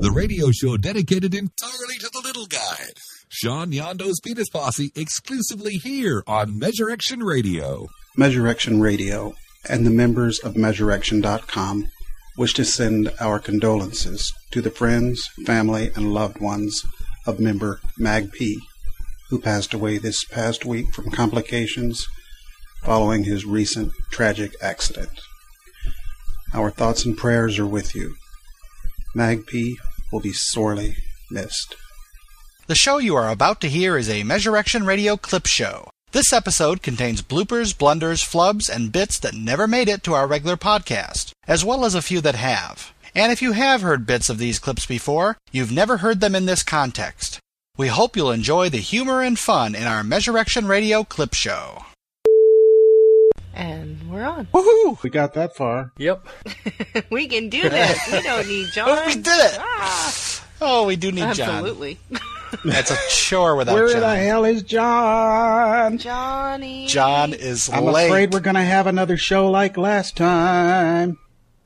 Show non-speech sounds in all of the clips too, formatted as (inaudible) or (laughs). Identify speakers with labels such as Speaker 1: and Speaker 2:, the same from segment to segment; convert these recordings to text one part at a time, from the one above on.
Speaker 1: the radio show dedicated entirely to the little guy. Sean Yondo's Penis Posse exclusively here on Measure Action Radio.
Speaker 2: Measurection Radio, and the members of Measurection.com wish to send our condolences to the friends, family, and loved ones of member Mag P, who passed away this past week from complications following his recent tragic accident. Our thoughts and prayers are with you. Mag P will be sorely missed.
Speaker 3: The show you are about to hear is a Measurection Radio clip show. This episode contains bloopers, blunders, flubs, and bits that never made it to our regular podcast, as well as a few that have. And if you have heard bits of these clips before, you've never heard them in this context. We hope you'll enjoy the humor and fun in our Measurection Radio clip show.
Speaker 4: And we're on.
Speaker 3: Woohoo!
Speaker 2: We got that far.
Speaker 5: Yep.
Speaker 4: (laughs) we can do this. Oh, We
Speaker 3: (laughs)
Speaker 4: don't need John.
Speaker 3: We did it!
Speaker 4: Ah,
Speaker 3: Oh, we do need
Speaker 4: absolutely.
Speaker 3: John. That's a chore without
Speaker 2: Where
Speaker 3: John.
Speaker 2: the hell is John?
Speaker 4: Johnny.
Speaker 3: John is
Speaker 2: I'm
Speaker 3: late.
Speaker 2: afraid we're going to have another show like last time.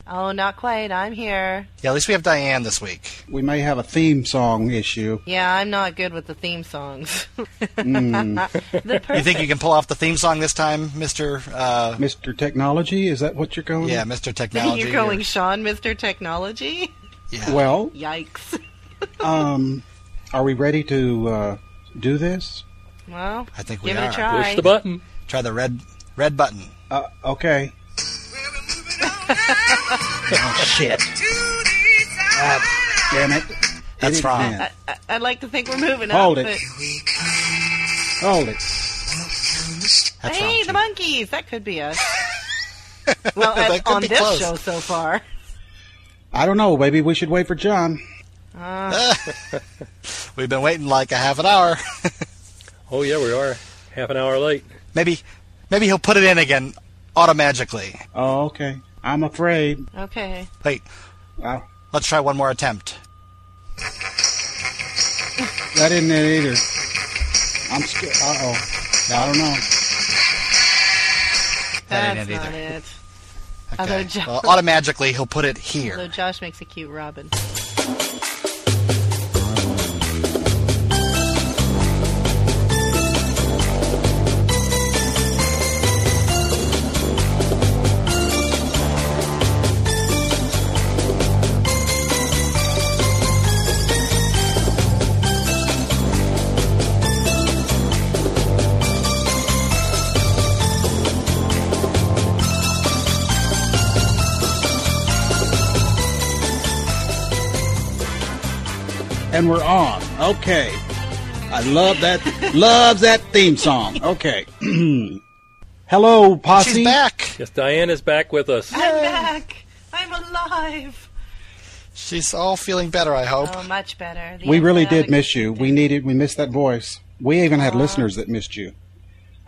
Speaker 4: Oh, not quite. I'm here.
Speaker 3: yeah, at least we have Diane this week.
Speaker 2: We may have a theme song issue.
Speaker 4: Yeah, I'm not good with the theme songs. (laughs) the per-
Speaker 3: You think you can pull off the theme song this time, Mister? Uh,
Speaker 2: Mr. Technology, is that what you're going?
Speaker 3: yeah, Mister Technology.
Speaker 4: You're going Sean, Mr. Technology?
Speaker 3: Yeah.
Speaker 2: Well,
Speaker 4: Yikes.
Speaker 2: um, are we ready to uh, do this?
Speaker 4: Well,
Speaker 3: I think we
Speaker 4: give
Speaker 3: are.
Speaker 4: it a try.
Speaker 5: Push the button.
Speaker 3: Try the red red button.
Speaker 2: Uh, okay. oh shit! God damn it!
Speaker 3: That's
Speaker 2: Hit it
Speaker 3: wrong.
Speaker 2: again.
Speaker 4: I- I'd like to think we're moving
Speaker 2: Hold
Speaker 4: up.
Speaker 2: it. Hold it.
Speaker 4: But,
Speaker 3: That's
Speaker 4: hey,
Speaker 3: wrong.
Speaker 4: the
Speaker 3: too.
Speaker 4: monkeys. That could be
Speaker 3: (laughs)
Speaker 4: us. well,
Speaker 3: That
Speaker 4: as-
Speaker 3: could
Speaker 4: on
Speaker 3: be
Speaker 4: this
Speaker 3: close.
Speaker 4: show so far.
Speaker 2: I don't know. Maybe we should wait for John.
Speaker 3: We've been waiting like a half an hour. (laughs)
Speaker 5: Oh yeah, we are half an hour late.
Speaker 3: maybe maybe he'll put it in again automagically.
Speaker 2: Oh, okay. I'm afraid.
Speaker 4: Okay.
Speaker 3: Wait,
Speaker 2: Uh,
Speaker 3: let's try one more attempt.
Speaker 2: that isn't it either. I'm scared. Uh oh. I don't know.
Speaker 3: That
Speaker 4: That's
Speaker 3: ain't it
Speaker 4: not
Speaker 3: either.
Speaker 4: it.
Speaker 3: Okay.
Speaker 4: Although John-
Speaker 3: Well, automagically he'll put it
Speaker 4: (laughs) Although
Speaker 3: here.
Speaker 4: Josh makes a cute robin.
Speaker 2: And we're on. Okay. I love that. loves that theme song. Okay. (clears throat) Hello, posse.
Speaker 3: Oh, She's back.
Speaker 5: Yes, Diane is back with us.
Speaker 4: I'm back. I'm alive.
Speaker 3: She's all feeling better. I hope.
Speaker 4: Oh, much better. The
Speaker 2: We really
Speaker 4: antibiotic-
Speaker 2: did miss you. We needed. We missed that voice. We even had listeners that missed you.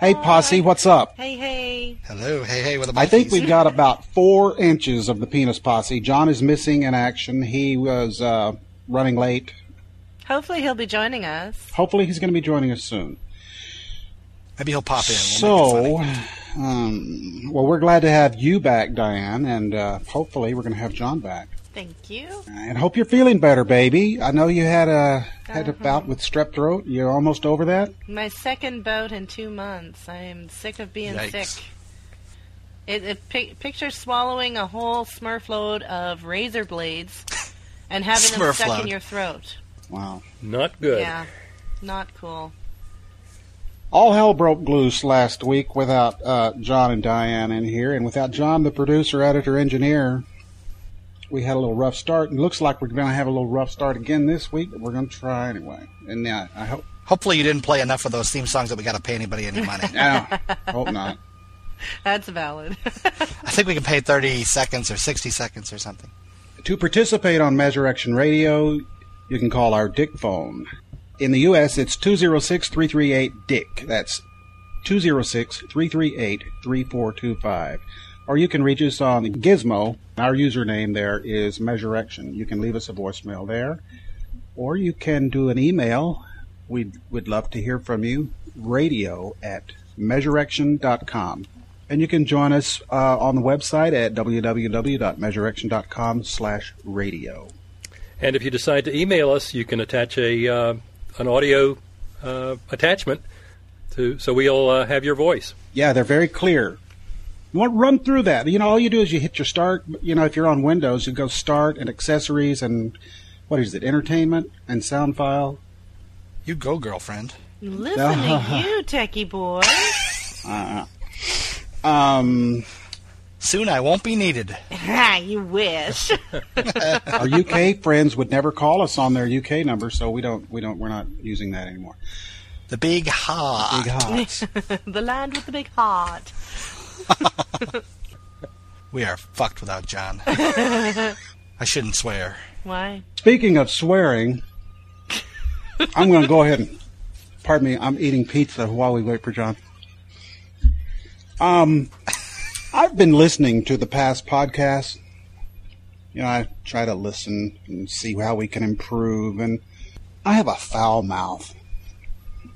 Speaker 2: Hey, posse, what's up?
Speaker 4: Hey, hey.
Speaker 3: Hello. Hey, hey. With the
Speaker 2: I
Speaker 3: monkeys.
Speaker 2: think we've got about four inches of the penis posse. John is missing in action. He was uh, running late.
Speaker 4: Hopefully he'll be joining us.
Speaker 2: Hopefully, he's going to be joining us soon.
Speaker 3: maybe he'll pop in. We'll make it
Speaker 2: So,
Speaker 3: funny.
Speaker 2: um, well, we're glad to have you back, Diane, and uh, hopefully, we're going to have John back.
Speaker 4: Thank you.
Speaker 2: And hope you're feeling better, baby. I know you had a had a bout with strep throat. You're almost over that.
Speaker 4: My second boat in two months. I am sick of being
Speaker 3: Yikes.
Speaker 4: sick. It, it pic- picture swallowing a whole Smurf load of razor blades and having them
Speaker 3: Smurf
Speaker 4: stuck in
Speaker 3: load.
Speaker 4: your throat.
Speaker 2: Wow.
Speaker 5: Not good.
Speaker 4: Yeah, not cool.
Speaker 2: All hell broke loose last week without uh, John and Diane in here, and without John, the producer, editor, engineer. We had a little rough start, and looks like we're going to have a little rough start again this week, but we're going to try anyway. And uh, I hope,
Speaker 3: Hopefully you didn't play enough of those theme songs that we got to pay anybody any
Speaker 2: (laughs)
Speaker 3: money.
Speaker 2: I hope not.
Speaker 4: That's valid. (laughs)
Speaker 3: I think we can pay 30 seconds or 60 seconds or something.
Speaker 2: To participate on Measure Action Radio, you can call our Dick phone. In the U.S., it's 206 338 Dick. That's 206 338 3425. Or you can reach us on Gizmo. Our username there is Measure Action. You can leave us a voicemail there, or you can do an email. We'd, we'd love to hear from you. Radio at measureaction.com. And you can join us uh, on the website at www.measureaction.com slash radio.
Speaker 5: And if you decide to email us, you can attach a uh, an audio uh, attachment to so we'll uh, have your voice.
Speaker 2: Yeah, they're very clear. You want to run through that. You know, all you do is you hit your start. You know, if you're on Windows, you go start and accessories and what is it, entertainment and sound file.
Speaker 3: You go, girlfriend.
Speaker 4: Listen
Speaker 2: (laughs)
Speaker 4: to you, techie boy.
Speaker 2: Um,
Speaker 3: Soon I won't be needed.
Speaker 4: Ha, you wish. (laughs)
Speaker 2: our UK (laughs) friends would never call us on their UK number, so we don't, we don't, we're not using that anymore.
Speaker 3: The big ha.
Speaker 2: Big hots.
Speaker 4: the land with the big heart.
Speaker 3: We are fucked without
Speaker 4: (laughs)
Speaker 3: John. I shouldn't swear.
Speaker 4: Why?
Speaker 2: Speaking of swearing, I'm going to go ahead and pardon me. I'm eating pizza while we wait for John. Um, I've been listening to the past podcasts. You know, I try to listen and see how we can improve, and I have a foul mouth.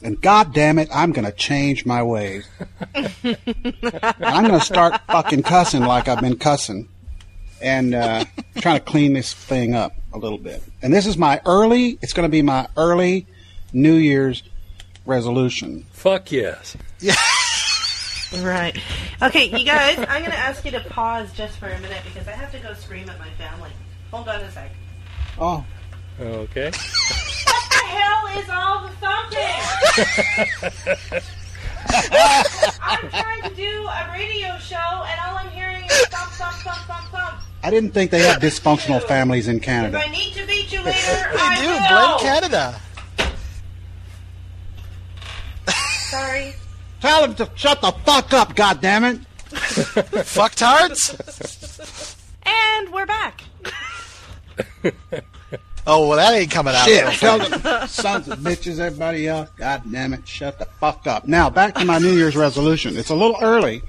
Speaker 2: And God damn it, I'm going to change my ways. (laughs) and I'm going to start fucking cussing like I've been cussing and uh, trying to clean this thing up a little bit. And this is my early, it's going to be my early New Year's resolution.
Speaker 5: Fuck yes.
Speaker 4: Right. Okay, you guys, I'm going to ask you to pause just for a minute because I have to go scream at my family. Hold on a sec.
Speaker 2: Oh,
Speaker 5: Okay.
Speaker 4: What the hell is all the thumping? I'm trying to do a radio show and all I'm hearing is thump, thump, thump, thump, thump.
Speaker 2: I didn't think they had dysfunctional families in
Speaker 4: If I
Speaker 2: Canada.
Speaker 4: need to beat you later,
Speaker 3: We do.
Speaker 4: I
Speaker 3: Blame
Speaker 4: will.
Speaker 3: Canada.
Speaker 4: Sorry.
Speaker 2: Tell them to shut the fuck up, goddammit!
Speaker 3: Fucktards?
Speaker 4: And we're back.
Speaker 3: Oh, well, that ain't coming out.
Speaker 2: Shit, tell them sons of bitches, everybody else, goddammit, shut the fuck up. Now, back to my New Year's resolution. It's a little early,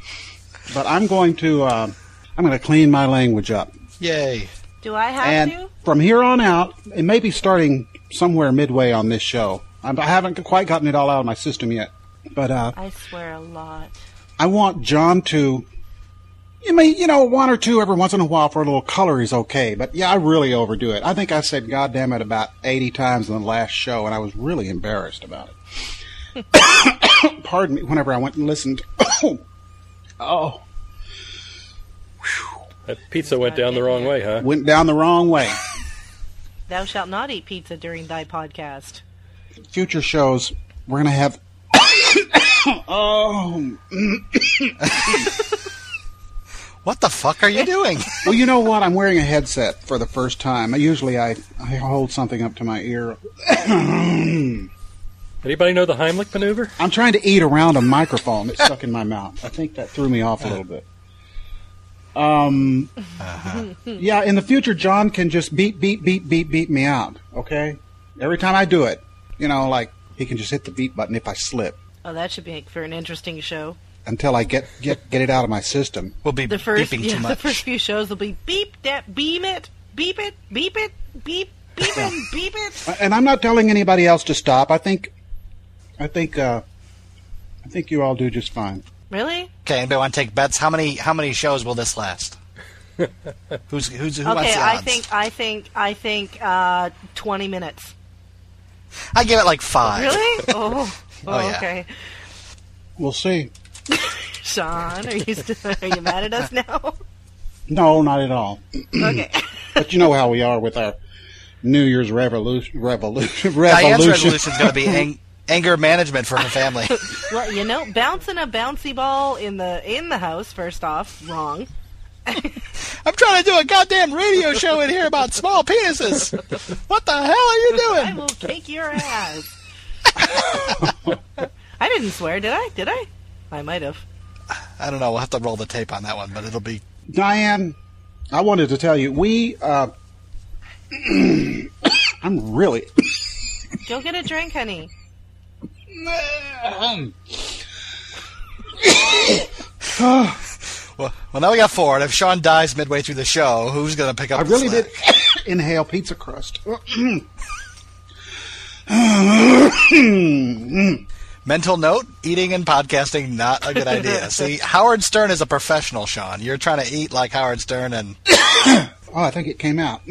Speaker 2: but I'm going to, uh, I'm going to clean my language up.
Speaker 3: Yay.
Speaker 4: Do I have
Speaker 2: and
Speaker 4: to?
Speaker 2: from here on out, it may be starting somewhere midway on this show. I I haven't quite gotten it all out of my system yet, but uh,
Speaker 4: I swear a lot.
Speaker 2: I want John to. You may, you know, one or two every once in a while for a little color is okay, but yeah, I really overdo it. I think I said "God damn it" about eighty times in the last show, and I was really embarrassed about it. (coughs) Pardon me. Whenever I went and listened, (coughs) oh,
Speaker 5: That pizza went down the wrong way, huh?
Speaker 2: went down the wrong way.
Speaker 4: Thou shalt not eat pizza during thy podcast.
Speaker 2: future shows, we're gonna have. (coughs) oh,
Speaker 3: What the fuck
Speaker 4: (laughs)
Speaker 3: are you doing?
Speaker 2: well, you know what? I'm wearing a headset for the first time. Usually, I I hold something up to my ear.
Speaker 5: Anybody know the Heimlich maneuver?
Speaker 2: I'm trying to eat around a microphone. It's stuck in my mouth. I think that threw me off a little bit. Um, yeah. In the future, John can just beep, beep, beep, beep, beep me out. Okay. Every time I do it, you know, like he can just hit the beep button if I slip
Speaker 4: Oh, that should make for an interesting show.
Speaker 2: until I get get get it out of my system.
Speaker 3: We'll be
Speaker 4: The first,
Speaker 3: beeping
Speaker 4: yeah,
Speaker 3: too
Speaker 4: the
Speaker 3: much.
Speaker 4: first few shows will be beep, that, beam it, beep it, beep it, beep, beep
Speaker 3: (laughs)
Speaker 4: it, beep it.
Speaker 2: and I'm not telling anybody else to stop. I think, I think, uh, I think you all do just fine.
Speaker 4: Really?
Speaker 3: Okay, anybody want to take bets? How many how many shows will this
Speaker 4: (laughs)
Speaker 3: last? who's who's who wants
Speaker 4: okay,
Speaker 3: the
Speaker 4: I
Speaker 3: odds?
Speaker 4: think, I think, I think, uh, 20 minutes.
Speaker 3: I give it like five.
Speaker 4: Really? Oh, oh,
Speaker 3: (laughs) Oh, yeah.
Speaker 4: okay.
Speaker 2: We'll see.
Speaker 4: Sean, are you, still, are you mad at
Speaker 3: (laughs)
Speaker 4: us now?
Speaker 2: No, not at all.
Speaker 4: okay.
Speaker 2: But you know how we are with our New Year's revolution. Revolution.
Speaker 3: Diane's
Speaker 2: Revolution.
Speaker 3: resolution is going to be
Speaker 4: (laughs)
Speaker 3: ang- anger management for her family.
Speaker 4: Well, you know, bouncing a bouncy ball in the in the house. First off, wrong.
Speaker 3: I'm trying to do a goddamn radio show in here about small penises. What the hell are you
Speaker 4: I
Speaker 3: doing?
Speaker 4: will kick your ass.
Speaker 3: (laughs)
Speaker 4: I didn't swear, did I? Did I? I might have.
Speaker 3: I don't know. We'll have to roll the tape on that one, but it'll be.
Speaker 2: Diane, I wanted to tell you we. Uh, (coughs) I'm really. (coughs)
Speaker 4: Go get a drink, honey.
Speaker 3: Well, well, now we got four, and if Sean dies midway through the show, who's going to pick up?
Speaker 2: I
Speaker 3: the
Speaker 2: really
Speaker 3: slack?
Speaker 2: did (coughs) inhale pizza crust. Oh,
Speaker 3: Mental note: eating and podcasting not a good (laughs) idea. See, Howard Stern is a professional, Sean. You're trying to eat like Howard Stern, and
Speaker 2: Oh, I think it came out.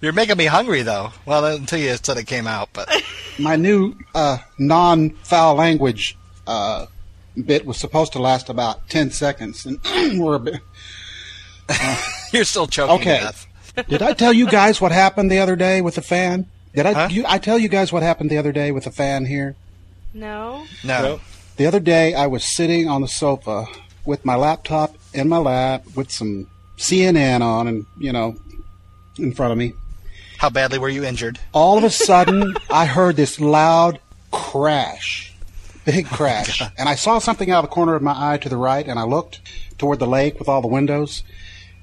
Speaker 3: You're making me hungry, though. Well, until you said it came out, but
Speaker 2: (coughs)
Speaker 3: (laughs)
Speaker 2: My new uh, non foul language uh, bit was supposed to last about 10 seconds, and (coughs) we're a bit.
Speaker 3: you're still choking
Speaker 2: Okay.
Speaker 3: to death.
Speaker 2: Did I tell you guys what happened the other day with the fan? Did I,
Speaker 3: Huh?
Speaker 2: you, I tell you guys what happened the other day with the fan here?
Speaker 4: No.
Speaker 3: No.
Speaker 5: Well,
Speaker 2: The other day, I was sitting on the sofa with my laptop in my lap with some CNN on and, you know, in front of me.
Speaker 3: How badly were you injured?
Speaker 2: All of a sudden, I heard this loud crash, big crash. and I saw something out of the corner of my eye to the right, and I looked toward the lake with all the windows.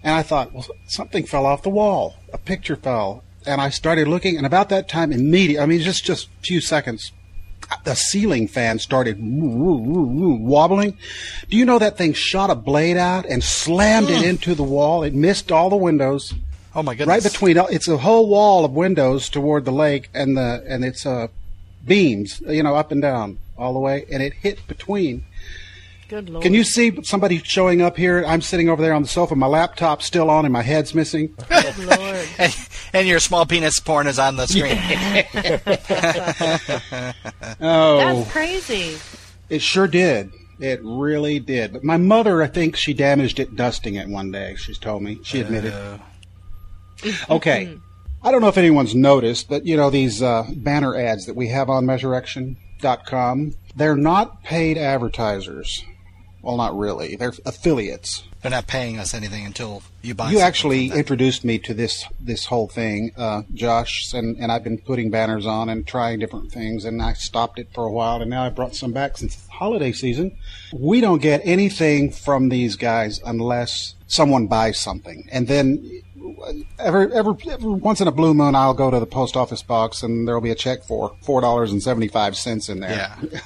Speaker 2: And I thought, well, something fell off the wall. A picture fell. And I started looking, and about that time, immediately, I mean, just just a few seconds, the ceiling fan started woo, woo, woo, woo, wobbling. Do you know that thing shot a blade out and slammed it into the wall? It missed all the windows.
Speaker 3: Oh my goodness!
Speaker 2: Right between it's a whole wall of windows toward the lake and the and it's uh, beams, you know, up and down all the way, and it hit between.
Speaker 4: Good lord.
Speaker 2: Can you see somebody showing up here? I'm sitting over there on the sofa, my laptop's still on, and my head's missing.
Speaker 4: Good lord.
Speaker 3: (laughs) and, (laughs) and your small penis porn is on the screen. (laughs)
Speaker 2: Oh,
Speaker 4: That's crazy.
Speaker 2: it sure did. It really did. But my mother, I think she damaged it dusting it one day. She's told me. She admitted. okay. I don't know if anyone's noticed, but you know these uh, banner ads that we have on measureaction.com, they're not paid advertisers. Well, not really. They're affiliates.
Speaker 3: They're not paying us anything until you buy.
Speaker 2: You
Speaker 3: something
Speaker 2: actually
Speaker 3: from them.
Speaker 2: introduced me to this this whole thing, uh, Josh, and, and I've been putting banners on and trying different things, and I stopped it for a while, and now I brought some back since it's holiday season. We don't get anything from these guys unless someone buys something, and then every every, every once in a blue moon, I'll go to the post office box, and there'll be a check for four dollars and seventy five cents in there.
Speaker 3: Yeah.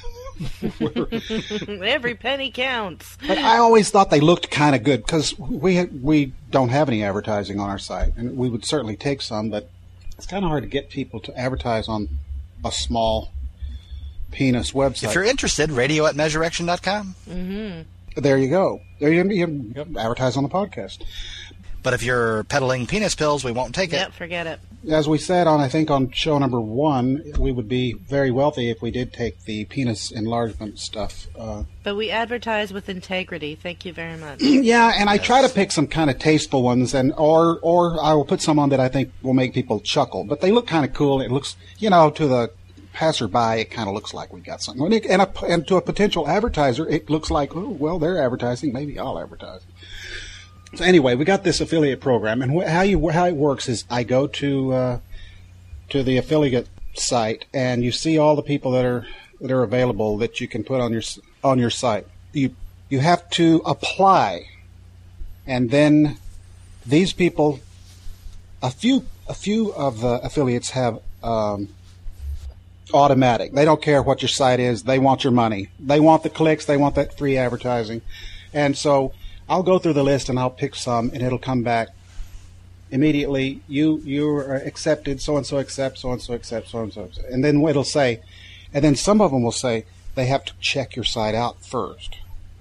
Speaker 4: Mm, Every penny counts.
Speaker 2: But I always thought they looked kind of good because we ha- we don't have any advertising on our site, and we would certainly take some, but it's kind of hard to get people to advertise on a small penis
Speaker 3: If
Speaker 2: website.
Speaker 3: you're interested, radio at measureaction.com.
Speaker 2: there you go. There you, you can advertise on the podcast.
Speaker 3: But if you're peddling penis pills, we won't take it.
Speaker 4: Yep, forget it.
Speaker 2: As we said on, I think on show number one, we would be very wealthy if we did take the penis enlargement stuff. Uh,
Speaker 4: But we advertise with integrity. Thank you very much.
Speaker 3: Mm.
Speaker 2: yeah, and I try to pick some kind of tasteful ones, and or or I will put some on that I think will make people chuckle. But they look kind of cool. It looks, you know, to the passerby, it kind of looks like we got something. And, it, and, a, and to a potential advertiser, it looks like, oh, well, they're advertising. Maybe I'll advertise. So anyway, we got this affiliate program, and wh- how you how it works is I go to uh, to the affiliate site, and you see all the people that are that are available that you can put on your s- on your site. You you have to apply, and then these people, a few a few of the affiliates have. Um, automatic. They don't care what your site is. They want your money. They want the clicks. They want that free advertising. And so I'll go through the list and I'll pick some and it'll come back immediately. You, you are accepted. So and so accepts, so and so accepts, so and so. accepts. And then it'll say, and then some of them will say they have to check your site out first.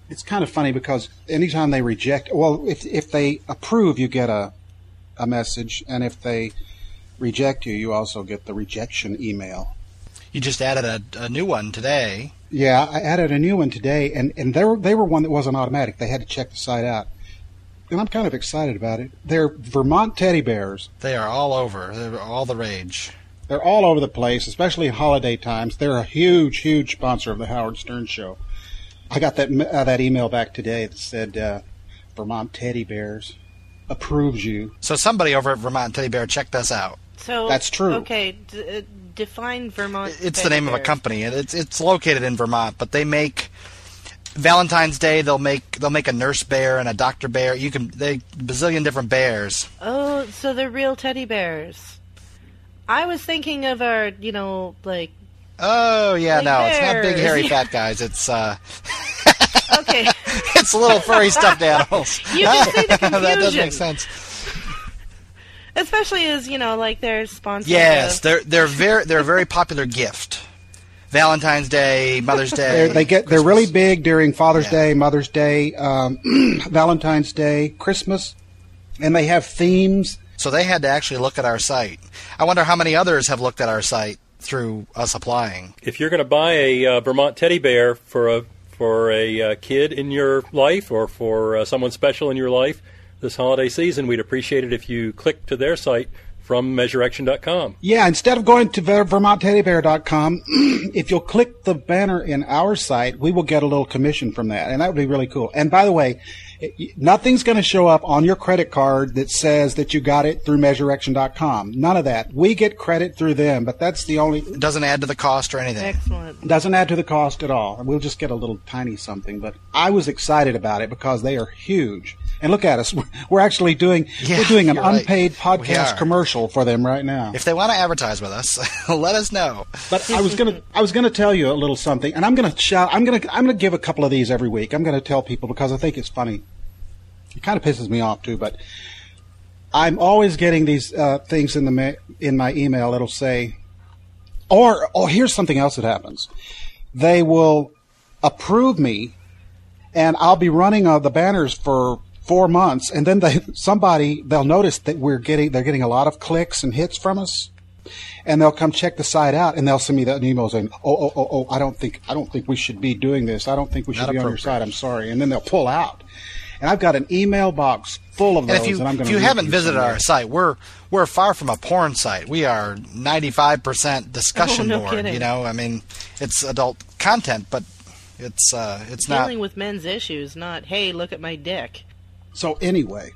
Speaker 2: It's kind of funny because anytime they reject, well, if, if they approve, you get a, a message. And if they reject you, you also get the rejection email.
Speaker 3: You just added a, a new one today.
Speaker 2: Yeah, I added a new one today, and, and they were they were one that wasn't automatic. They had to check the site out, and I'm kind of excited about it. They're Vermont teddy bears.
Speaker 3: They are all over. They're all the rage.
Speaker 2: They're all over the place, especially holiday times. They're a huge, huge sponsor of the Howard Stern Show. I got that m- uh, that email back today that said uh, Vermont teddy bears approves you.
Speaker 3: So somebody over at Vermont Teddy Bear checked us out.
Speaker 4: So
Speaker 2: That's true.
Speaker 4: Okay, d- uh, define Vermont.
Speaker 3: It's the
Speaker 4: teddy
Speaker 3: name of a
Speaker 4: bears.
Speaker 3: company, and it's it's located in Vermont. But they make Valentine's Day. They'll make they'll make a nurse bear and a doctor bear. You can they bazillion different bears.
Speaker 4: Oh, so they're real teddy bears. I was thinking of our, you know, like
Speaker 3: Oh yeah,
Speaker 4: Like
Speaker 3: no, it's not big
Speaker 4: bears.
Speaker 3: hairy
Speaker 4: Yeah.
Speaker 3: fat guys. It's uh, (laughs)
Speaker 4: okay. (laughs)
Speaker 3: it's little furry stuffed animals.
Speaker 4: You can
Speaker 2: (laughs)
Speaker 4: see the
Speaker 3: (laughs) that does
Speaker 4: confusion.
Speaker 3: make sense.
Speaker 4: Especially as you know, like they're sponsored.
Speaker 3: Yes,
Speaker 4: of-
Speaker 3: they're they're very they're a very popular gift. Valentine's Day, Mother's Day.
Speaker 2: They're, they get they're really
Speaker 3: Christmas.
Speaker 2: big during Father's
Speaker 3: Yeah.
Speaker 2: Day, Mother's (clears throat) Day, um, Valentine's Day, Christmas, and they have themes.
Speaker 3: So they had to actually look at our site. I wonder how many others have looked at our site through us applying.
Speaker 5: If you're going to buy a uh, Vermont teddy bear for a for a uh, kid in your life or for uh, someone special in your life this holiday season, we'd appreciate it if you click to their site from measureaction.com.
Speaker 2: Yeah, instead of going to ver- vermontteddybear.com, (clears throat) if you'll click the banner in our site, we will get a little commission from that, and that would be really cool. And by the way, it- y- nothing's going to show up on your credit card that says that you got it through measureaction.com. None of that. We get credit through them, but that's the only
Speaker 3: It doesn't add to the cost or anything.
Speaker 4: Excellent.
Speaker 2: doesn't add to the cost at all. We'll just get a little tiny something, but I was excited about it because they are huge. And look at us. (laughs) We're- We're actually doing
Speaker 3: Yeah,
Speaker 2: we're doing an
Speaker 3: you're right.
Speaker 2: unpaid
Speaker 3: We are.
Speaker 2: podcast commercial for them right now.
Speaker 3: If they want to advertise with us, (laughs) let us know.
Speaker 2: But I was gonna, I was gonna tell you a little something, and I'm gonna shout, I'm gonna, I'm gonna give a couple of these every week. I'm gonna tell people because I think it's funny. It kind of pisses me off too, but I'm always getting these uh, things in the ma- in my email. It'll say, or oh, here's something else that happens. They will approve me, and I'll be running uh, the banners for four months, and then they (laughs) somebody they'll notice that we're getting they're getting a lot of clicks and hits from us and they'll come check the site out and they'll send me that email saying, "Oh, oh, oh, oh, I don't think, I don't think we should be doing this. I don't think we should be on your site. I'm sorry." And then they'll pull out, and I've got an email box full of
Speaker 3: And
Speaker 2: those.
Speaker 3: if you
Speaker 2: and I'm going
Speaker 3: if you haven't visited our site, we're we're far from a porn site. We are ninety five
Speaker 4: (laughs)
Speaker 3: percent discussion
Speaker 4: Oh, no
Speaker 3: board.
Speaker 4: kidding.
Speaker 3: You know, I mean, it's adult content, but it's uh, it's not.
Speaker 4: Dealing with men's issues, not hey, look at my dick.
Speaker 2: so anyway,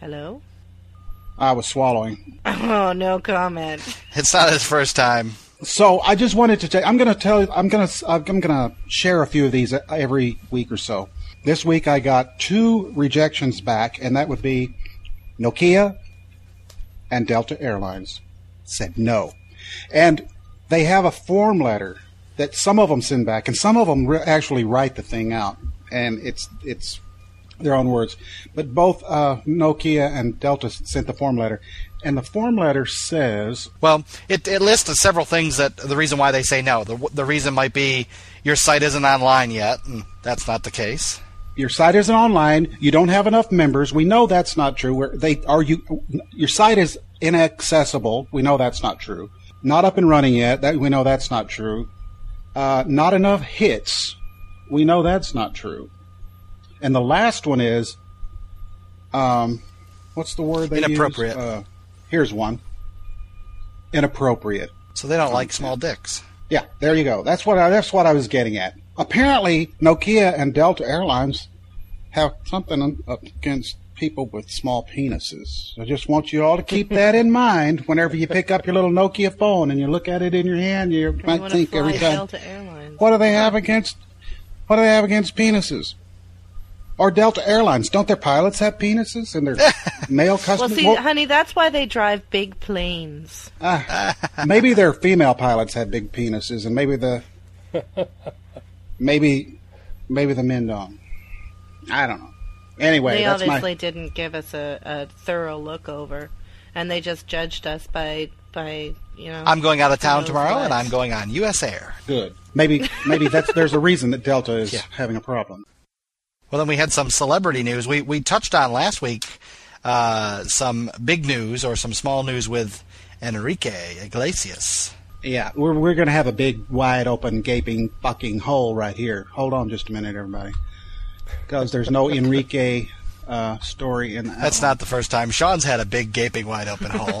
Speaker 4: Hello. (laughs)
Speaker 2: I was swallowing.
Speaker 4: Oh, no comment.
Speaker 3: It's not his first time.
Speaker 2: So I just wanted to tell. I'm going to tell. I'm going to. I'm going to share a few of these every week or so. This week I got two rejections back, and that would be Nokia and Delta Airlines said no. And they have a form letter that some of them send back, and some of them re- actually write the thing out, and it's it's their own words. But both uh, Nokia and Delta s- sent the form letter, and the form letter says
Speaker 3: Well, it, it lists several things that the reason why they say no. The, the reason might be your site isn't online yet, and that's not the case.
Speaker 2: your site isn't online. You don't have enough members. We know that's not true. Where they are you, your site is inaccessible. We know that's not true. Not up and running yet. That we know that's not true. Uh, not enough hits. We know that's not true. And the last one is, um, what's the word they use?
Speaker 3: Inappropriate.
Speaker 2: Uh, here's one. Inappropriate.
Speaker 3: So they don't like small dicks.
Speaker 2: Yeah, there you go. That's what I, that's what I was getting at. Apparently, Nokia and Delta Airlines have something up against people with small penises. I just want you all to
Speaker 4: (laughs)
Speaker 2: keep that in mind whenever you pick up your little Nokia phone and you look at it in your hand. You
Speaker 4: You
Speaker 2: might
Speaker 4: want to
Speaker 2: think
Speaker 4: fly
Speaker 2: every time,
Speaker 4: Delta Airlines?
Speaker 2: what do they have against? What do they have against penises? Or Delta Airlines? Don't their pilots have penises
Speaker 4: (laughs)
Speaker 2: and their male
Speaker 4: Well,
Speaker 2: customers?
Speaker 4: see,
Speaker 2: Well,
Speaker 4: honey, that's why they drive big planes.
Speaker 2: maybe their female pilots had big penises, and maybe the maybe maybe the men don't. I don't know. Anyway,
Speaker 4: they
Speaker 2: that's my
Speaker 4: obviously didn't give us a, a thorough look over, and they just judged us by by you know.
Speaker 3: I'm going out of town
Speaker 4: those
Speaker 3: tomorrow, and
Speaker 4: lies.
Speaker 3: I'm going on U.S. Air.
Speaker 2: good. Maybe maybe that's there's a reason that Delta is
Speaker 3: Yeah.
Speaker 2: having a problem.
Speaker 3: Well, then we had some celebrity news. We we touched on last week uh, some big news or some small news with Enrique Iglesias.
Speaker 2: Yeah, we're we're gonna have a big, wide open, gaping, fucking hole right here. Hold on, just a minute, everybody, because there's no Enrique uh, story in that.
Speaker 3: That's
Speaker 2: one.
Speaker 3: not the first time Sean's had a big gaping wide open hole, (laughs)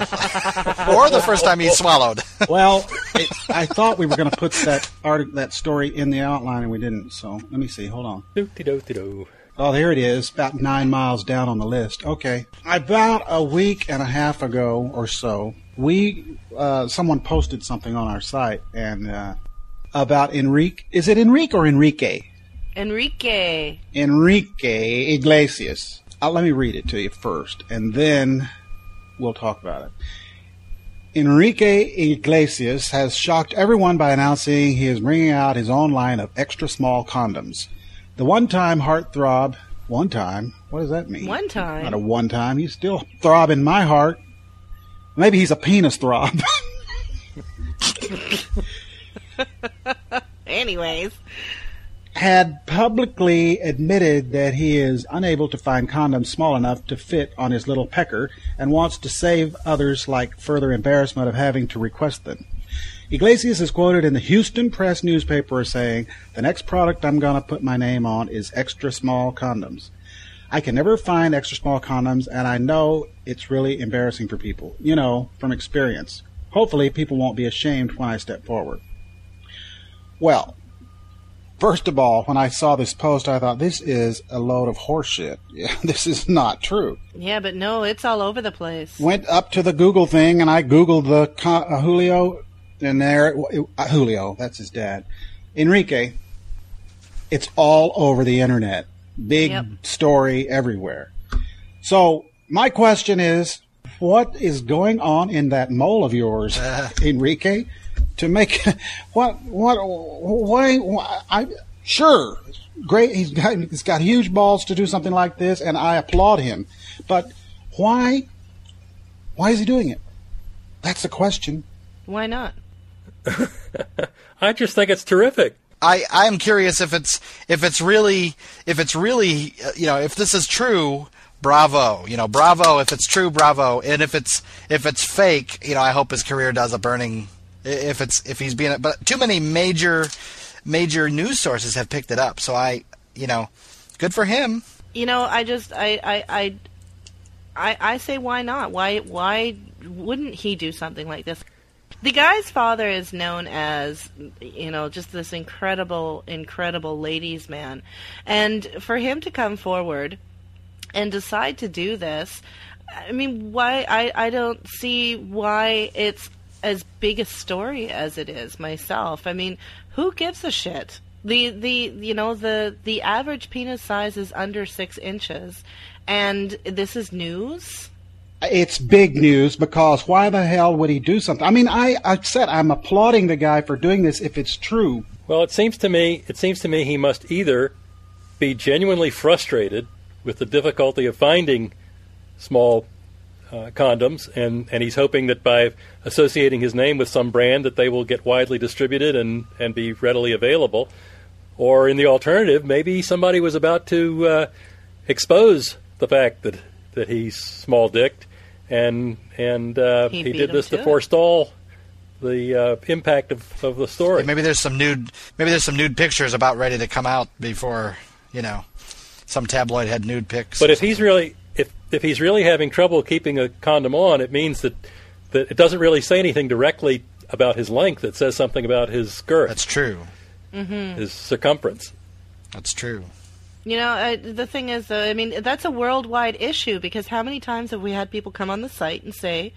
Speaker 3: or the first time he swallowed.
Speaker 2: Well, it, I thought we were gonna put that art that story in the outline, and we didn't. So let me see. Hold on.
Speaker 5: Do-de-do-de-do.
Speaker 2: Oh, there it is, about nine miles down on the list. Okay. About a week and a half ago or so, we uh, someone posted something on our site and uh, about Enrique. Is it Enrique or Enrique?
Speaker 4: Enrique.
Speaker 2: Enrique Iglesias. Uh, let me read it to you first, and then we'll talk about it. Enrique Iglesias has shocked everyone by announcing he is bringing out his own line of extra small condoms. The one-time heartthrob, one time. What does that mean?
Speaker 4: One time?
Speaker 2: Not a one time. He's still throbbing my heart. Maybe he's a penis throb. (laughs)
Speaker 4: Anyways,
Speaker 2: had publicly admitted that he is unable to find condoms small enough to fit on his little pecker and wants to save others like further embarrassment of having to request them. Iglesias is quoted in the Houston Press newspaper as saying, The next product I'm going to put my name on is extra small condoms. I can never find extra small condoms, and I know it's really embarrassing for people, you know, from experience. Hopefully, people won't be ashamed when I step forward. Well, first of all, when I saw this post, I thought this is a load of horseshit. (laughs) Yeah, this is not true.
Speaker 4: Yeah, but no, it's all over the place.
Speaker 2: Went up to the Google thing, and I Googled the con- uh, Julio, and there it, w- uh, Julio, that's his dad, Enrique. It's all over the internet. Big
Speaker 4: Yep.
Speaker 2: story everywhere. So my question is, what is going on in that mole of yours, Enrique? To make (laughs) what what why, why I sure great he's got he's got huge balls to do something like this, and I applaud him. But why why is he doing it? That's the question.
Speaker 4: Why not?
Speaker 5: I just think it's terrific.
Speaker 3: I I'm curious if it's if it's really if it's really uh, you know if this is true. Bravo, you know, bravo. If it's true, bravo. And if it's if it's fake, you know, I hope his career does a burning. i- If it's if he's being, but too many major major news sources have picked it up. So I, you know, good for him.
Speaker 4: You know, I just I I I I, I say why not? Why why wouldn't he do something like this? The guy's father is known as, you know, just this incredible, incredible ladies' man. And for him to come forward and decide to do this, I mean, why? I, I don't see why it's as big a story as it is myself. I mean, who gives a shit? The, the you know the the average penis size is under six inches, and this is news.
Speaker 2: It's big news because why the hell would he do something? I mean, I, I said I'm applauding the guy for doing this if it's true.
Speaker 5: Well, it seems to me it seems to me he must either be genuinely frustrated with the difficulty of finding small uh, condoms, and, and he's hoping that by associating his name with some brand that they will get widely distributed and, and be readily available. Or in the alternative, maybe somebody was about to uh, expose the fact that, that he's small dicked, and and uh,
Speaker 4: He
Speaker 5: he,
Speaker 4: beat
Speaker 5: did
Speaker 4: him
Speaker 5: this to
Speaker 4: to it.
Speaker 5: forestall the uh, impact of, of the story.
Speaker 3: Maybe there's some nude. Maybe there's some nude pictures about ready to come out before you know some tabloid had nude pics.
Speaker 5: But if he's really if if he's really having trouble keeping a condom on, it means that that it doesn't really say anything directly about his length. It says something about his girth,
Speaker 3: that's true,
Speaker 5: his circumference.
Speaker 3: that's true.
Speaker 4: You know, I, the thing is, though, I mean, that's a worldwide issue because how many times have we had people come on the site and say,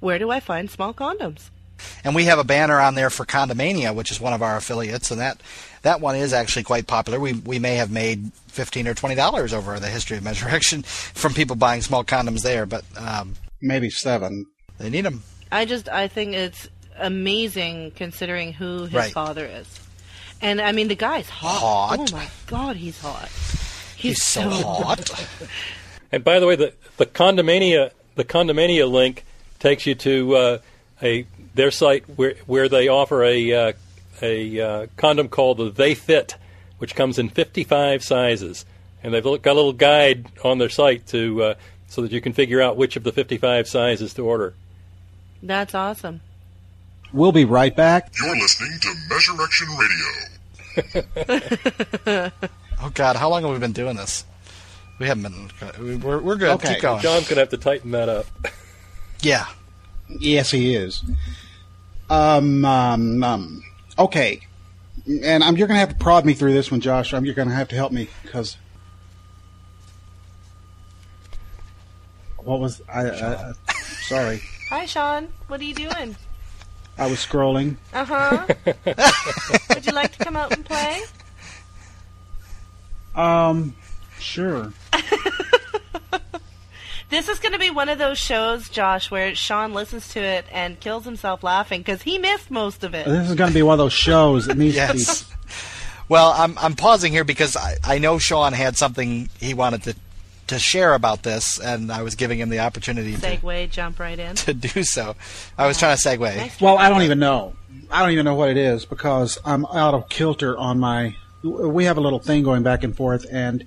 Speaker 4: "Where do I find small condoms?"
Speaker 3: And we have a banner on there for Condomania, which is one of our affiliates, and that that one is actually quite popular. We we may have made fifteen or twenty dollars over the history of Measuration (laughs) from people buying small condoms there, but um,
Speaker 2: Maybe seven.
Speaker 3: they need them.
Speaker 4: I just, I think it's amazing considering who his
Speaker 3: Right.
Speaker 4: father is, and I mean, the guy's hot.
Speaker 3: Hot.
Speaker 4: Oh my god, he's hot. He's,
Speaker 3: He's so hot.
Speaker 5: And by the way, the the condomania the condomania link takes you to uh, a their site where where they offer a uh, a uh, condom called the They Fit, which comes in 55 sizes, and they've got a little guide on their site to uh, so that you can figure out which of the 55 sizes to order.
Speaker 4: That's awesome.
Speaker 2: We'll be right back.
Speaker 6: You're listening to Measure Action Radio.
Speaker 3: Oh God, how long have we been doing this? We haven't been. We're, we're good.
Speaker 2: Okay.
Speaker 3: Keep going.
Speaker 5: John's going to have to tighten that up.
Speaker 3: Yeah.
Speaker 2: Yes, he is. Um, um, um. Okay. And I'm, you're going to have to prod me through this one, Josh. Um, You're going to have to help me because. What was. I, I, I. Sorry.
Speaker 4: Hi, Sean. What are you (laughs) doing?
Speaker 2: I was scrolling.
Speaker 3: (laughs)
Speaker 4: Uh huh. Would you like to come out and play?
Speaker 2: Um, sure.
Speaker 4: This is going to be one of those shows, Josh, where Sean listens to it and kills himself laughing because he missed most of it.
Speaker 3: Uh.
Speaker 2: This is going to be one of those shows that needs to be
Speaker 3: Yes. (laughs) Well, I'm I'm pausing here because I, I know Sean had something he wanted to to share about this, and I was giving him the opportunity to,
Speaker 4: segue, jump right in.
Speaker 3: to do so. I was trying to segue.
Speaker 4: Nice.
Speaker 2: Well, I don't even know. I don't even know what it is because I'm out of kilter on my we have a little thing going back and forth, and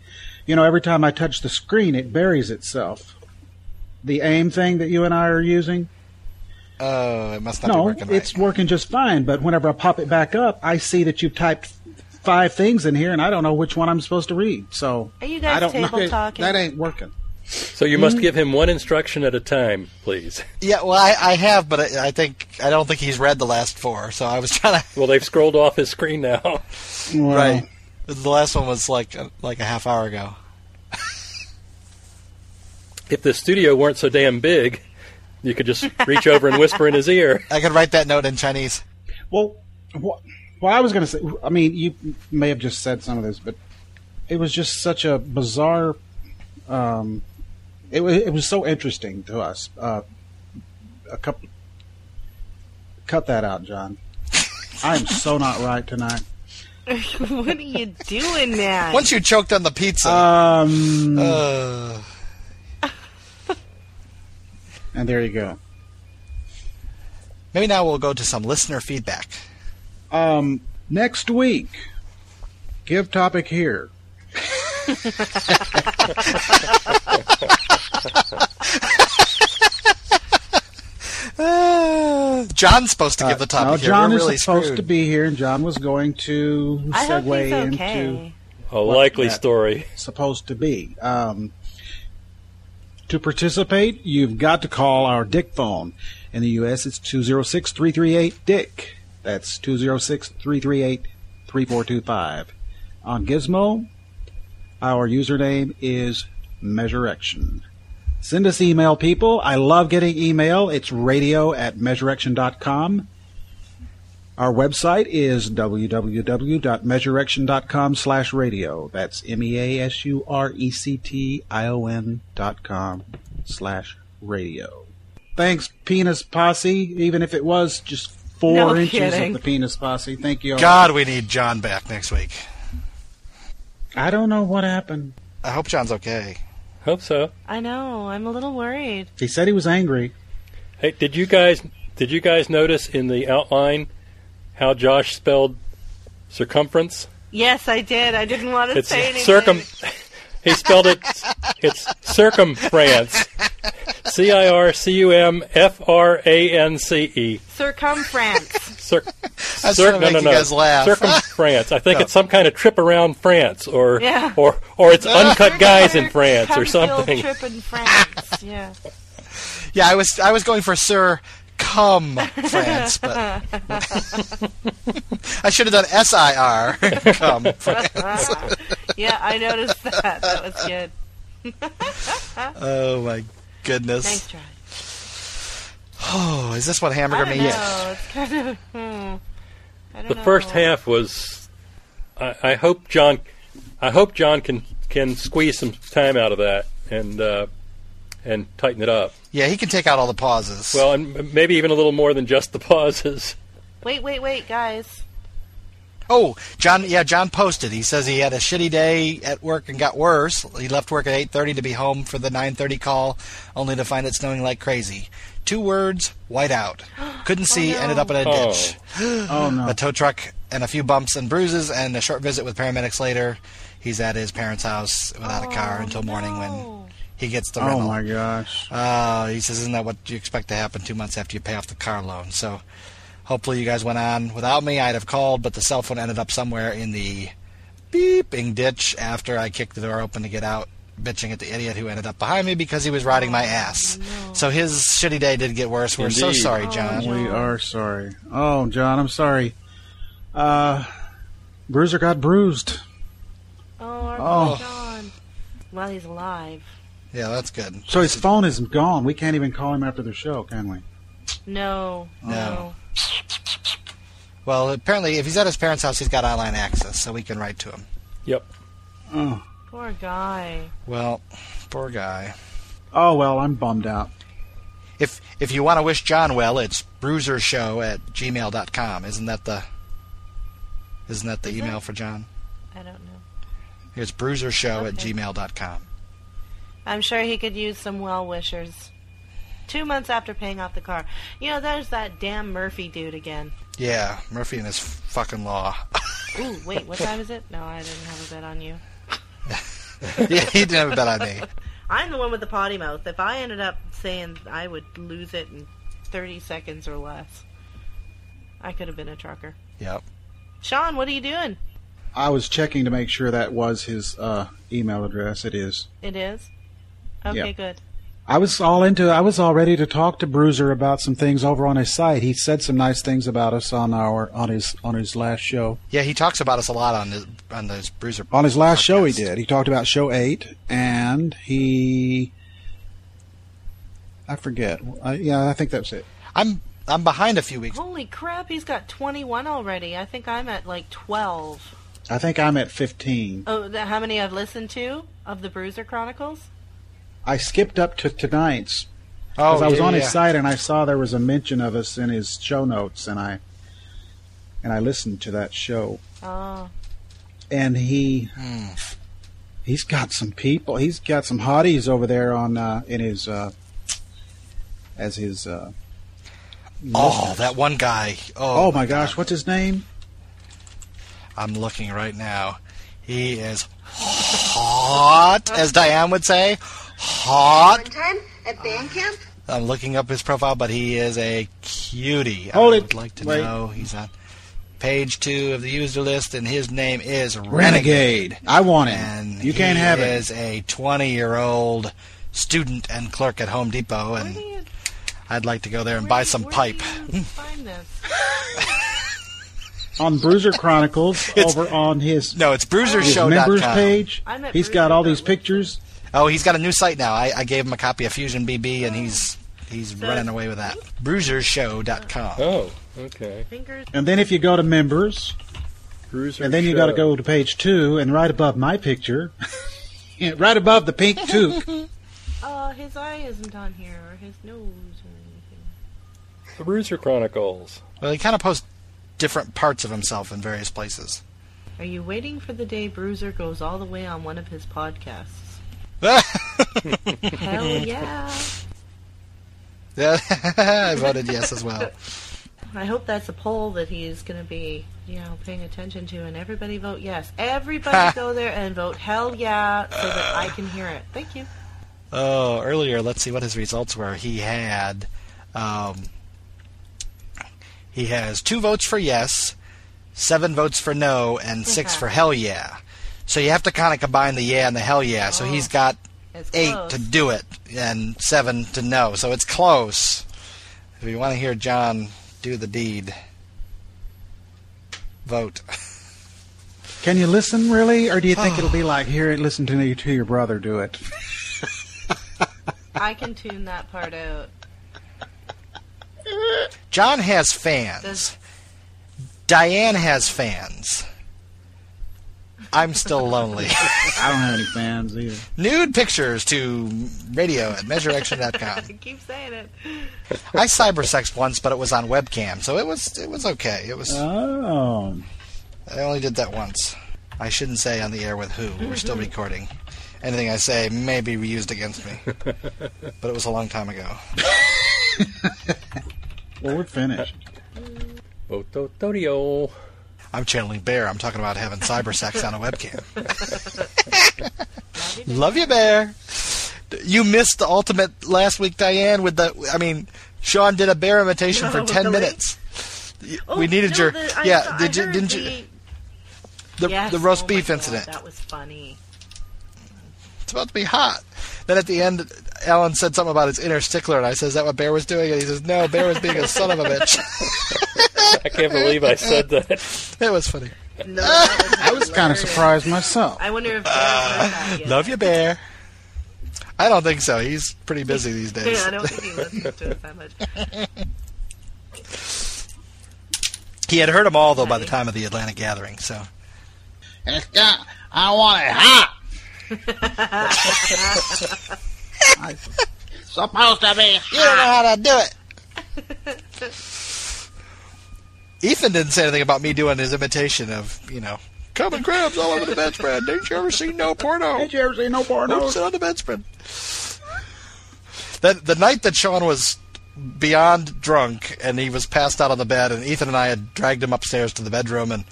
Speaker 2: you know, every time I touch the screen, it buries itself. The aim thing that you and I are using,
Speaker 3: Oh, it must not be
Speaker 2: no,
Speaker 3: working right.
Speaker 2: it's working just fine. But whenever I pop it back up, I see that you've typed five things in here, and I don't know which one I'm supposed to read. So
Speaker 4: Are you guys
Speaker 2: I don't know.
Speaker 4: table talking?
Speaker 2: That ain't working.
Speaker 5: So you must give him one instruction at a time, please. (laughs)
Speaker 3: Yeah, well, I, I have, but I, I think I don't think he's read the last four. So I was (laughs) trying to.
Speaker 5: Well, they've scrolled off his screen now. (laughs)
Speaker 2: Well,
Speaker 3: Right. The last one was like uh, like a half hour ago.
Speaker 5: If the studio weren't so damn big, you could just reach over and whisper in his ear.
Speaker 3: I could write that note in Chinese.
Speaker 2: Well, what, well, I was going to say. I mean, you may have just said some of this, but it was just such a bizarre. Um, it was it was so interesting to us. Uh, a couple. Cut that out, John. I am so not right tonight.
Speaker 4: (laughs) what are you doing, man?
Speaker 3: Once you choked on the pizza,
Speaker 2: Um,
Speaker 3: uh,
Speaker 2: and there you go.
Speaker 3: maybe now we'll go to some listener feedback.
Speaker 2: Um, next week, give topic here.
Speaker 3: Uh, John's supposed to give the topic
Speaker 2: no,
Speaker 3: here.
Speaker 2: John
Speaker 3: We're
Speaker 2: is
Speaker 3: really
Speaker 2: supposed
Speaker 3: screwed.
Speaker 2: to be here, and John was going to segue
Speaker 4: I hope he's okay.
Speaker 2: into
Speaker 5: A likely
Speaker 2: that?
Speaker 5: story.
Speaker 2: supposed to be. Um, to participate, you've got to call our Dick phone. In the U.S., it's 206 338 Dick. That's 206 338 3425. On Gizmo, our username is Measurection. Send us email, people. I love getting email. It's radio at measurection.com. Our website is www.measurection.com slash radio. That's E M-E-A-S-U-R-E-C-T-I-O-N dot com slash radio. Thanks, Penis Posse, even if it was just four
Speaker 4: No
Speaker 2: inches
Speaker 4: kidding.
Speaker 2: of the Penis Posse. Thank you all.
Speaker 3: God, we need John back next week.
Speaker 2: I don't know what happened.
Speaker 3: I hope John's okay.
Speaker 5: Hope so.
Speaker 4: I know. I'm a little worried.
Speaker 2: He said he was angry.
Speaker 5: Hey, did you guys did you guys notice in the outline how Josh spelled circumference?
Speaker 4: Yes, I did. I didn't want to
Speaker 5: It's
Speaker 4: say anything.
Speaker 5: circum. (laughs) He spelled it. It's
Speaker 4: (laughs)
Speaker 5: circumference. C i r c u m f r a n c e. (laughs)
Speaker 4: Circumference.
Speaker 3: (laughs)
Speaker 5: Cir-
Speaker 3: was
Speaker 5: cir-
Speaker 3: trying to make you guys laugh.
Speaker 5: Circumference. I
Speaker 3: (laughs)
Speaker 5: think
Speaker 3: No.
Speaker 5: it's some kind of trip around France, or
Speaker 4: Yeah.
Speaker 5: or or
Speaker 3: (laughs)
Speaker 5: it's uncut guys in France or
Speaker 4: Circumfield
Speaker 5: something.
Speaker 4: Trip in France. Yeah. (laughs)
Speaker 3: Yeah, I was I was going for Sir Come France, but (laughs) I should have done S I R Come France.
Speaker 4: yeah, I noticed that. That was good.
Speaker 3: Oh my goodness.
Speaker 4: Nice try.
Speaker 3: Oh, is this what
Speaker 4: I
Speaker 3: hamburger
Speaker 4: don't
Speaker 3: means?
Speaker 4: know. It's kind of. Hmm. I don't
Speaker 5: The
Speaker 4: know.
Speaker 5: first half was. I, I hope John. I hope John can can squeeze some time out of that and uh, and tighten it up.
Speaker 3: Yeah, he can take out all the pauses.
Speaker 5: Well, and maybe even a little more than just the pauses. (laughs)
Speaker 4: Wait, wait, wait, guys.
Speaker 3: oh, John. Yeah, John posted. He says he had a shitty day at work and got worse. He left work at eight thirty to be home for the nine thirty call, only to find it snowing like crazy. Two words: white
Speaker 4: (gasps)
Speaker 3: out. Couldn't see.
Speaker 4: no.
Speaker 3: Ended up in a
Speaker 5: Oh.
Speaker 3: ditch.
Speaker 2: Oh, no.
Speaker 3: a tow truck and a few bumps and bruises and a short visit with paramedics later. He's at his parents' house without a
Speaker 4: Oh,
Speaker 3: car until morning when he gets the
Speaker 2: Oh,
Speaker 3: rental.
Speaker 2: my gosh.
Speaker 3: Uh, he says, "Isn't that what you expect to happen two months after you pay off the car loan?" So, hopefully, you guys went on without me. I'd have called, but the cell phone ended up somewhere in the beeping ditch after I kicked the door open to get out, bitching at the idiot who ended up behind me because he was riding my ass. So his shitty day did get worse. We're so
Speaker 5: Indeed.
Speaker 3: sorry, John.
Speaker 2: We are sorry. Oh, John, I'm sorry. Uh, Bruiser got bruised.
Speaker 4: Oh, our
Speaker 2: Oh.
Speaker 4: poor John. Well, he's alive.
Speaker 3: Yeah, that's good.
Speaker 2: So his phone is gone. We can't even call him after the show, can we?
Speaker 4: No.
Speaker 3: No. Well, apparently, if he's at his parents' house, he's got online access, so we can write to him.
Speaker 5: Yep.
Speaker 2: Oh,
Speaker 4: Poor guy.
Speaker 3: Well, poor guy.
Speaker 2: oh well, I'm bummed out.
Speaker 3: If if you want to wish John well, it's bruisershow at gmail.com. Isn't that the isn't that the email for John?
Speaker 4: I don't know.
Speaker 3: It's bruisershow at
Speaker 4: Okay.
Speaker 3: gmail.com.
Speaker 4: I'm sure he could use some well wishers. Two months after paying off the car. You know, there's that damn Murphy dude again.
Speaker 3: Yeah, Murphy and his fucking law. (laughs)
Speaker 4: Ooh, wait, what time is it? No, I didn't have a bet on you.
Speaker 3: yeah, he didn't have a bet on me.
Speaker 4: I'm the one with the potty mouth. If I ended up saying I would lose it in 30 seconds or less, I could have been a trucker.
Speaker 3: Yep.
Speaker 4: Sean, what are you doing?
Speaker 2: I was checking to make sure that was his uh, email address. It is.
Speaker 4: It is? Okay,
Speaker 2: Yeah.
Speaker 4: good.
Speaker 2: I was all into. I was all ready to talk to Bruiser about some things over on his site. He said some nice things about us on our on his on his last show.
Speaker 3: Yeah, he talks about us a lot on his on his Bruiser.
Speaker 2: On his last show, he
Speaker 3: podcast.
Speaker 2: did. He talked about show eight, and he. I forget. I, yeah, I think that's it.
Speaker 3: I'm I'm behind a few weeks.
Speaker 4: Holy crap, he's got 21 already. I think I'm at like 12.
Speaker 2: I think I'm at fifteen.
Speaker 4: Oh, th- how many I've listened to of the Bruiser Chronicles?
Speaker 2: I skipped up to tonight's
Speaker 3: Oh,
Speaker 2: because I was
Speaker 3: yeah,
Speaker 2: on his
Speaker 3: yeah.
Speaker 2: site and I saw there was a mention of us in his show notes, and I and I listened to that show.
Speaker 4: Oh,
Speaker 2: and he he's got some people. He's got some hotties over there on uh, in his uh, as his. Uh,
Speaker 3: Oh,
Speaker 2: listeners.
Speaker 3: that one guy. Oh,
Speaker 2: Oh my gosh, what's his name?
Speaker 3: I'm looking right now. He is hot, as Diane would say. Hot.
Speaker 7: One time at band camp,
Speaker 3: I'm looking up his profile, but he is a cutie.
Speaker 2: Hold
Speaker 3: I
Speaker 2: it.
Speaker 3: would like to
Speaker 2: Wait.
Speaker 3: know he's on page two of the user list, and his name is
Speaker 2: Renegade. I want him.
Speaker 3: And
Speaker 2: you can't have
Speaker 3: he
Speaker 2: it.
Speaker 3: is a 20 year old student and clerk at Home Depot,
Speaker 4: where do
Speaker 3: and
Speaker 4: you,
Speaker 3: I'd like to go there and
Speaker 4: where
Speaker 3: buy
Speaker 4: do-
Speaker 3: some
Speaker 4: where
Speaker 3: pipe.
Speaker 4: Do you find this?
Speaker 2: on Bruiser (laughs) Chronicles
Speaker 3: It's-
Speaker 2: over on his.
Speaker 3: No, it's
Speaker 2: His
Speaker 3: bruisershow.com.
Speaker 2: members page.
Speaker 4: I'm at
Speaker 2: He's got all these
Speaker 4: bruiser.listen.
Speaker 2: pictures.
Speaker 3: Oh, he's got a new site now. I, I gave him a copy of Fusion BB, and he's he's running away with that. Bruisershow.com.
Speaker 5: Oh, okay.
Speaker 4: Fingers.
Speaker 2: And then if you go to members,
Speaker 5: Bruiser
Speaker 2: and then you
Speaker 5: show.
Speaker 2: got to go to page two, and right above my picture, (laughs) right above the pink (laughs) toque,
Speaker 4: Oh, his eye isn't on here, or his nose, or anything.
Speaker 5: The Bruiser Chronicles.
Speaker 3: Well, he kind of posts different parts of himself in various places. (laughs)
Speaker 4: Are you waiting for the day Bruiser goes all the way on one of his podcasts? (laughs) Hell yeah!
Speaker 3: Yeah, (laughs) I voted yes as well.
Speaker 4: I hope that's a poll that he's going to be, you know, paying attention to, and everybody vote yes. (laughs) Everybody go there and vote hell yeah so that I can hear it. Thank you.
Speaker 3: Oh, earlier, let's see what his results were. He had, um, he has two votes for yes, seven votes for no, and six
Speaker 4: Okay.
Speaker 3: for hell yeah. So you have to kind of combine the yeah and the hell yeah. So he's got
Speaker 4: It's
Speaker 3: eight
Speaker 4: close.
Speaker 3: to do it and seven to no. So it's close. If you want to hear John do the deed, vote.
Speaker 2: Can you listen really, or do you think it'll (sighs) be like here? Listen to me, to your brother do it.
Speaker 4: I can tune that part out. (laughs)
Speaker 3: John has fans.
Speaker 4: Does-
Speaker 3: Diane has fans. I'm still lonely.
Speaker 2: I don't have any fans either.
Speaker 3: Nude pictures to radio at measureaction.com.
Speaker 4: I keep saying it.
Speaker 3: I cybersexed once, but it was on webcam, so it was it was okay. It was
Speaker 2: Oh,
Speaker 3: I only did that once. I shouldn't say on the air with who. We're still recording. Anything I say may be used against me, but it was a long time ago.
Speaker 2: well, we're finished.
Speaker 5: Bototodio.
Speaker 3: I'm channeling Bear. I'm talking about having cyber sex on a webcam. (laughs) Love you, Bear. You missed the ultimate last week, Diane. With the, I mean, Sean did a bear imitation
Speaker 4: (laughs)
Speaker 3: for
Speaker 4: No,
Speaker 3: ten
Speaker 4: Oh, really?
Speaker 3: minutes. Y-
Speaker 4: Oh,
Speaker 3: we needed
Speaker 4: no,
Speaker 3: your,
Speaker 4: the- I
Speaker 3: yeah.
Speaker 4: saw- I
Speaker 3: did you?
Speaker 4: heard
Speaker 3: Didn't
Speaker 4: the-
Speaker 3: you? The,
Speaker 4: yes,
Speaker 3: the roast
Speaker 4: oh my
Speaker 3: beef
Speaker 4: God,
Speaker 3: incident.
Speaker 4: That was funny.
Speaker 3: It's about to be hot. Then at the end, Alan said something about his inner stickler, and I says, "Is that what Bear was doing?" And he says, "No, Bear was being a son of a bitch." (laughs)
Speaker 5: I can't believe I said that.
Speaker 3: it was funny.
Speaker 4: No, that
Speaker 2: I
Speaker 4: was
Speaker 2: was kind of
Speaker 4: hilarious.
Speaker 2: surprised myself.
Speaker 4: I wonder if Bear heard that yet.
Speaker 3: Love you, Bear. I don't think so. He's pretty busy these days.
Speaker 4: Yeah, I don't think he listens to us that much.
Speaker 3: He had heard them all, though, by the time of the Atlanta gathering. So,
Speaker 2: It's got- I want it
Speaker 3: (laughs)
Speaker 2: hot. I- supposed to be.
Speaker 3: you don't know how to do it. (laughs) Ethan didn't say anything about me doing his imitation of, you know, common crabs all over the bedspread. Didn't you ever see no porno?
Speaker 2: Did you ever see no
Speaker 3: Don't
Speaker 2: pornos?
Speaker 3: sit on the bedspread. That the night that Sean was beyond drunk and he was passed out on the bed, and Ethan and I had dragged him upstairs to the bedroom and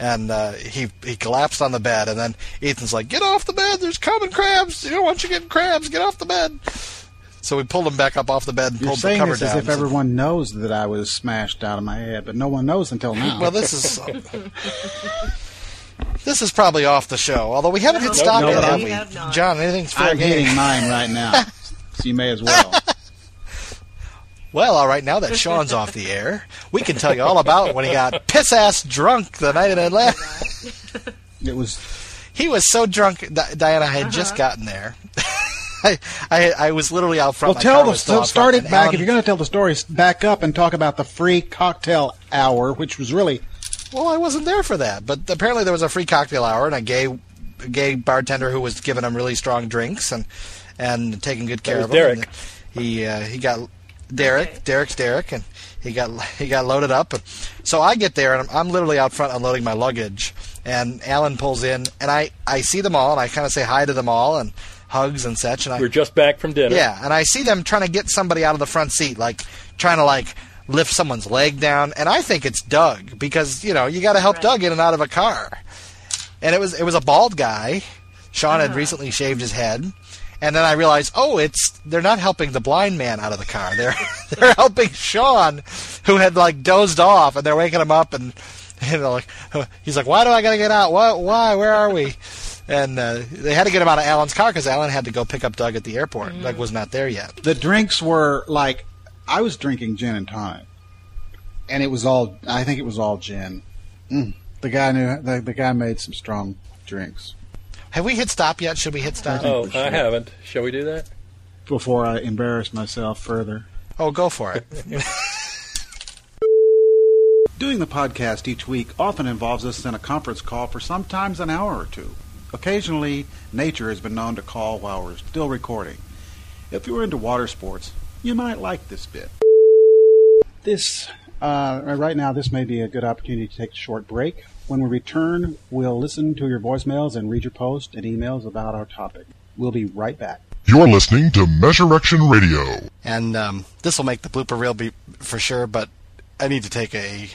Speaker 3: and uh, he he collapsed on the bed. And then Ethan's like, "Get off the bed! There's common crabs. You know, once you get crabs, get off the bed." So we pulled him back up off the bed and
Speaker 2: You're
Speaker 3: pulled the
Speaker 2: saying
Speaker 3: cover
Speaker 2: this as
Speaker 3: down.
Speaker 2: if
Speaker 3: So-
Speaker 2: everyone knows that I was smashed out of my head, but no one knows until now.
Speaker 3: well, this is this is probably off the show. Although we haven't hit
Speaker 4: No,
Speaker 3: stop
Speaker 5: no,
Speaker 3: yet,
Speaker 5: no.
Speaker 3: have
Speaker 4: We
Speaker 3: we?
Speaker 4: have not.
Speaker 3: John, anything's fair
Speaker 2: I'm
Speaker 3: game.
Speaker 2: hitting mine right now, (laughs) so you may as well.
Speaker 3: Well, all right, now that Sean's off the air, we can tell you all about when he got piss ass drunk the night in Atlanta.
Speaker 4: uh,
Speaker 2: It was
Speaker 3: He was so drunk, Di- Diana. I had just gotten there. (laughs) I, I I was literally out front.
Speaker 2: well.
Speaker 3: My
Speaker 2: Tell
Speaker 3: car
Speaker 2: the
Speaker 3: was um, still out
Speaker 2: st- start
Speaker 3: front,
Speaker 2: it
Speaker 3: and
Speaker 2: back.
Speaker 3: Alan-
Speaker 2: If you're going to tell the story, s- back up and talk about the free cocktail hour, which was really
Speaker 3: Well, I wasn't there for that, but apparently there was a free cocktail hour and a gay, a gay bartender who was giving them really strong drinks and and taking good care
Speaker 5: was
Speaker 3: of them.
Speaker 5: Derek.
Speaker 3: And He uh, he got Derek, Derek's Derek, and he got he got loaded up. And so I get there and I'm, I'm literally out front unloading my luggage, and Alan pulls in and I I see them all and I kind of say hi to them all and hugs and such and I
Speaker 5: We're just back from dinner.
Speaker 3: yeah, and I see them trying to get somebody out of the front seat, like trying to like lift someone's leg down, and I think it's Doug because you know you got to help Doug in and out of a car, and it was it was a bald guy. Sean had recently shaved his head, and then I realized, oh, it's they're not helping the blind man out of the car. They're (laughs) they're helping Sean, who had like dozed off, and they're waking him up, and (laughs) you know, like he's like, why do I gotta get out? What? Why? Where are we? And uh, they had to get him out of Alan's car because Alan had to go pick up Doug at the airport. Doug was not there yet.
Speaker 2: the drinks were like I was drinking gin and tonic, and it was all I think it was all gin. Mm. The guy knew the, the guy made some strong drinks
Speaker 3: Have we hit stop yet? Should we hit stop?
Speaker 5: Oh,
Speaker 2: For sure.
Speaker 5: I haven't. Shall we do that?
Speaker 2: before I embarrassed myself further.
Speaker 3: Oh, go for it.
Speaker 2: Doing the podcast each week often involves us in a conference call for sometimes an hour or two. Occasionally, nature has been known to call while we're still recording. If you're into water sports, you might like this bit. This, uh, right now, this may be a good opportunity to take a short break. When we return, we'll listen to your voicemails and read your posts and emails about our topic. We'll be right back.
Speaker 6: You're listening to Measurection Radio.
Speaker 3: and um, this will make the blooper reel be for sure. But I need to take a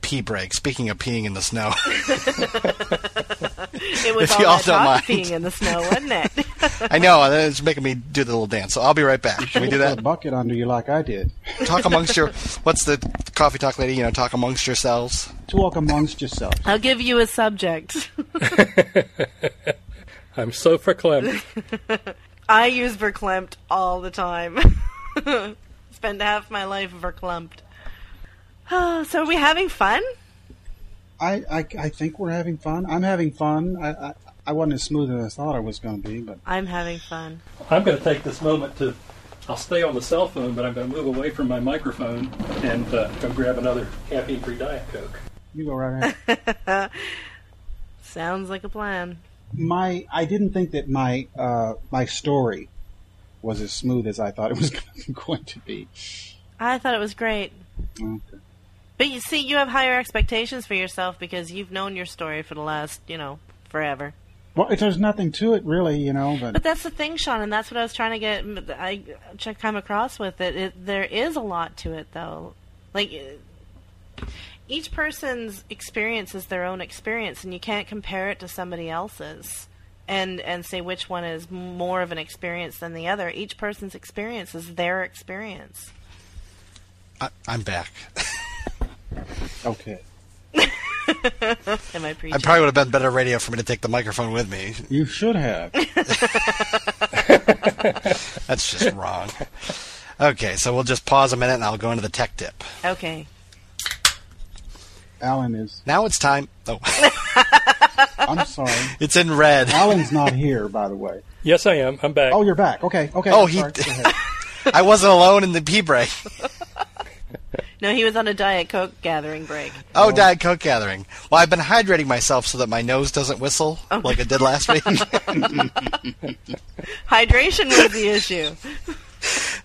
Speaker 3: pee break. Speaking of peeing in the snow, (laughs)
Speaker 4: It was
Speaker 3: If
Speaker 4: all
Speaker 3: y'all
Speaker 4: that
Speaker 3: don't
Speaker 4: talk
Speaker 3: mind.
Speaker 4: being in the snow, wasn't it?
Speaker 3: I know and it's making me do the little dance. So I'll be right back. Can we do that?
Speaker 2: (laughs) Put a bucket under you like I did.
Speaker 3: Talk amongst your. What's the coffee talk lady? You know, talk amongst yourselves.
Speaker 2: Talk amongst yourselves.
Speaker 4: I'll give you a subject.
Speaker 5: I'm so verklempt.
Speaker 4: (laughs) I use verklempt all the time. (laughs) Spend half my life verklempt. (sighs) Oh, so are we having fun?
Speaker 2: I, I, I think we're having fun. I'm having fun. I, I, I wasn't as smooth as I thought I was going to be, but
Speaker 4: I'm having fun.
Speaker 5: (laughs) I'm going to take this moment to. I'll stay on the cell phone, but I'm going to move away from my microphone and uh, go grab another caffeine-free diet coke.
Speaker 2: you go right ahead.
Speaker 4: Sounds like a plan.
Speaker 2: my I didn't think that my uh, my story was as smooth as I thought it was (laughs) going to be.
Speaker 4: I thought it was great.
Speaker 2: Okay.
Speaker 4: But you see, you have higher expectations for yourself because you've known your story for the last, you know, forever.
Speaker 2: Well, it- there's nothing to it really, you know.
Speaker 4: But (laughs)
Speaker 2: But
Speaker 4: that's the thing, Sean, and that's what I was trying to get. I to come across with it. it. There is a lot to it, though. Like uh, each person's experience is their own experience, and you can't compare it to somebody else's and and say which one is more of an experience than the other. Each person's experience is their experience.
Speaker 3: I, I'm back.
Speaker 2: okay,
Speaker 4: Am I
Speaker 3: I
Speaker 4: preaching?
Speaker 3: probably would have been better radio for me to take the microphone with me.
Speaker 2: you should have.
Speaker 3: That's just wrong. Okay, so we'll just pause a minute and I'll go into the tech tip.
Speaker 4: okay.
Speaker 2: Alan is.
Speaker 3: Now it's time. Oh, (laughs)
Speaker 2: I'm sorry.
Speaker 3: it's in red.
Speaker 2: Alan's not here, by the way.
Speaker 5: Yes, I am. I'm back.
Speaker 2: Oh, you're back. Okay, okay.
Speaker 3: Oh,
Speaker 2: I'm
Speaker 3: he- (laughs)
Speaker 2: sorry. Go ahead.
Speaker 3: I wasn't alone in the pee break.
Speaker 4: No, he was on a diet coke gathering break.
Speaker 3: Oh, Diet Coke gathering. Well, I've been hydrating myself so that my nose doesn't whistle
Speaker 2: Oh.
Speaker 3: like it did
Speaker 2: (laughs)
Speaker 3: last week.
Speaker 4: Hydration was the issue.